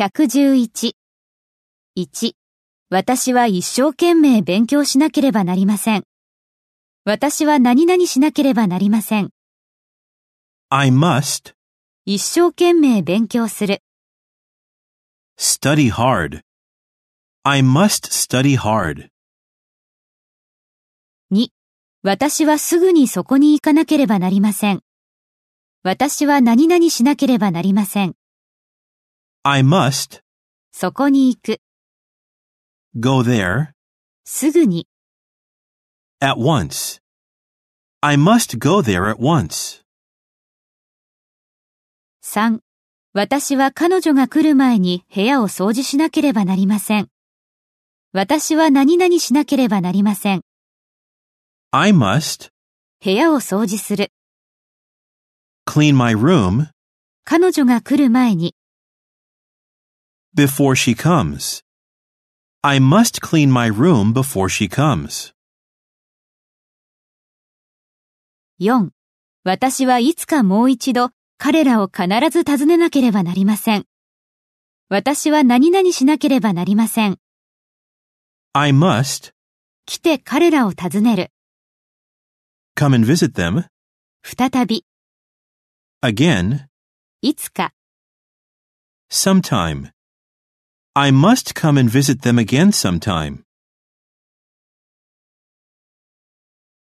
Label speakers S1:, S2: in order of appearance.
S1: 111。1. 私は一生懸命勉強しなければなりません。私は何々しなければなりません。
S2: I must
S1: 一生懸命勉強する。
S2: study hard. I must study hard.
S1: 2. 私はすぐにそこに行かなければなりません。私は何々しなければなりません。
S2: I must
S1: そこに行く。
S2: go there
S1: すぐに。
S2: at once. I must go there at once.
S1: 3. 私は彼女が来る前に部屋を掃除しなければなりません。私は何々しなければなりません。
S2: I must
S1: 部屋を掃除する。
S2: clean my room
S1: 彼女が来る前に。
S2: before she comes. I must clean my room before she comes.
S1: 4. 私はいつかもう一度彼らを必ず訪ねなければなりません。私は何々しなければなりません。
S2: I must
S1: 来て彼らを訪ねる。
S2: come and visit them
S1: 再び、
S2: again
S1: いつか、
S2: sometime. I must come and visit them again sometime.